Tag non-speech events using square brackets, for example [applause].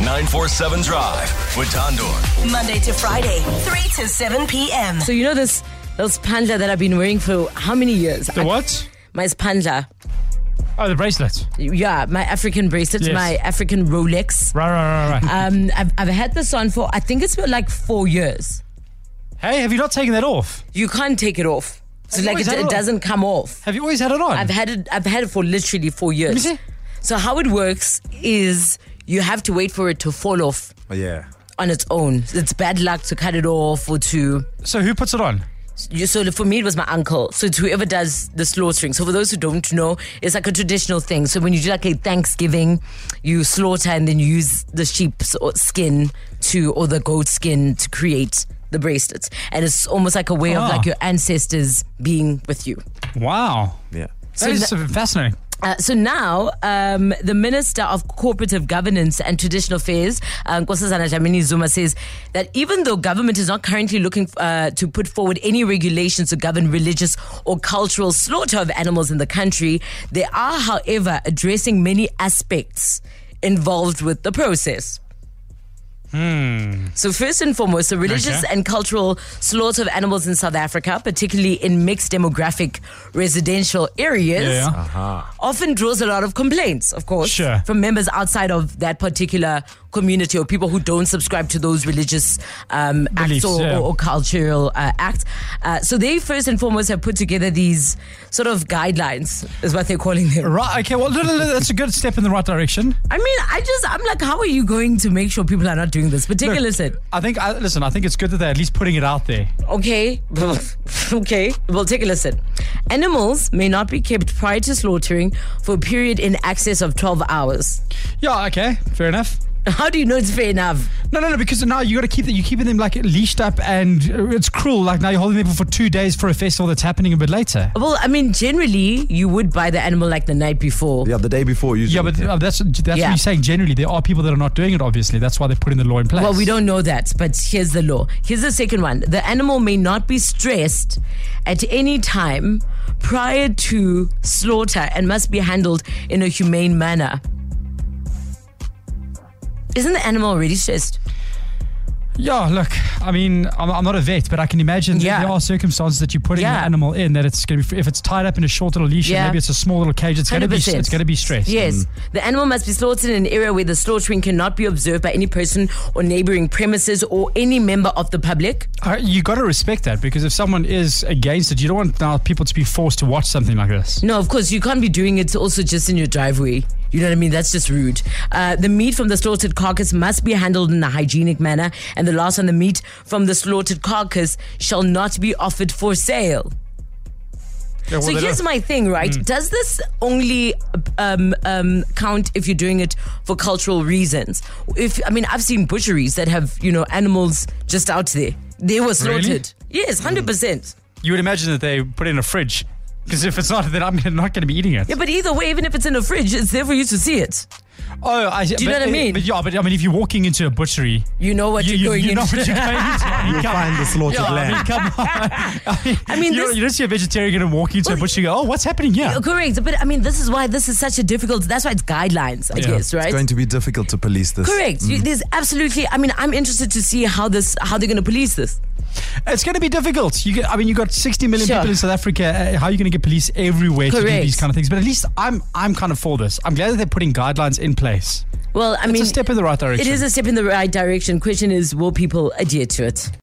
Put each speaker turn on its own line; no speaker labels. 947 Drive with Tondor.
Monday to Friday, 3 to 7 p.m.
So you know this those pandla that I've been wearing for how many years?
The what?
My pandla.
Oh, the bracelets.
Yeah, my African bracelet,
Yes.
my African Rolex.
Right, right,
[laughs]
right, right.
Um, I've, I've had this on for I think it's been like four years.
hey, have you not taken that off?
You can't take it off. So
I've
like
always
it,
had it
it
on.
doesn't come off.
Have you always had it on?
I've had it. I've had it for literally four years.
see.
So how it works is you have to wait for it to fall off
Oh, Yeah.
on its own. It's bad luck to cut it off or to.
so who puts it on?
you- so for me it was my uncle so it's whoever does the slaughtering so for those who don't know it's like a traditional thing so when you do like a thanksgiving you slaughter and then you use the sheep's or- skin to or the goat skin to create the bracelets and it's almost like a way
Ah.
of like your ancestors being with you
Wow.
Yeah.
That is
that-
uh, fascinating.
uh, so now, um, the Minister of Cooperative Governance and Traditional Affairs, um, Nkosazana Dlamini Zuma, says that even though government is not currently looking uh, to put forward any regulations to govern religious or cultural slaughter of animals in the country, they are, however, addressing many aspects involved with the process. So first and foremost, the religious
Hmm. Okay.
and cultural slaughter of animals in South Africa, particularly in mixed demographic residential areas,
Yeah.
Uh-huh.
often draws a lot of complaints, of course,
Sure.
from members outside of that particular community or people who don't subscribe to those religious um, acts
Beliefs,
or,
yeah.
or, or cultural uh, acts. Uh, so they first and foremost have put together these sort of guidelines, is what they're calling them.
Right. Okay. Well, no, no, no, that's a good step in the right direction.
I mean, I just, I'm like, how are you going to make sure people are not doing this?
Look,
Particularly, listen,
I think. I, listen. I think it's good that they're at least putting it out there.
Okay, [laughs] okay. Well, take a listen. Animals may not be kept prior to slaughtering for a period in excess of 12 hours.
Yeah. Okay. Fair enough.
How do you know it's fair enough?
No, no, no. Because now you got to keep that. You're keeping them like leashed up, and uh, it's cruel. Like now you're holding them for two days for a festival that's happening a bit later.
Well, I mean, generally, you would buy the animal like the night before.
Yeah, the day before usually.
Yeah, but uh, that's that's what
Yeah.
you're saying. Generally, there are people that are not doing it. Obviously, that's why they're putting the law in place.
Well, we don't know that, but here's the law. Here's the second one. The animal may not be stressed at any time prior to slaughter and must be handled in a humane manner. Isn't the animal already stressed?
Yeah, look, I mean, I'm, I'm not a vet, but I can imagine that
Yeah.
there are circumstances that you're putting
Yeah.
an animal in that it's going to be, if it's tied up in a short little leash,
Yeah.
and maybe it's a small little cage, it's going to be,
100%.
it's going to be stressed. Mm.
Yes. The animal must be slaughtered in an area where the slaughtering cannot be observed by any person or neighboring premises or any member of the public.
Uh, you got to respect that because if someone is against it, you don't want now people to be forced to watch something like this.
No, of course, you can't be doing it also just in your driveway. You know what I mean? That's just rude. Uh, the meat from the slaughtered carcass must be handled in a hygienic manner, and the last on the meat from the slaughtered carcass shall not be offered for sale. so here's
uh,
my thing, right?
hmm.
Does this only um, um, count if you're doing it for cultural reasons? If I mean, I've seen butcheries that have you know animals just out there. They were
Really? Hmm.
slaughtered. Yes, hundred percent.
you would imagine that they put it in a fridge because if it's not, then I'm not going to be eating it.
Yeah, but either way, even if it's in a fridge, it's there for you to see it.
Oh, I, do
you know what I mean?
But yeah, but I mean, if you're walking into a butchery,
You know what
you,
you're
you,
going [laughs]
you know
into.
what you're going into. I
[laughs]
mean,
You'll
come-
find the slaughtered
yeah, I mean,
lamb.
come on. [laughs] I mean,
[laughs] I mean,
you,
this-
don't, you don't see a vegetarian and walk into a
Well,
butchery and go, oh, what's happening here?
Correct, but I mean, this is why this is such a difficult. That's why it's guidelines, I
Yeah.
guess, right?
It's going Mm. to be difficult to police this.
Correct. You, there's absolutely. I mean, I'm interested to see how this, how they're going to police this.
It's going to be difficult. You get, I mean, you got 60 million
Sure.
people in South Africa. Uh, how are you going to get police everywhere to do
Correct.
these kind of things? But at least I'm, I'm kind of for this. I'm glad that they're putting guidelines in place.
Well, I
It's
mean,
a step in the right
it
direction.
is a step in the right direction. Question is, will people adhere to it?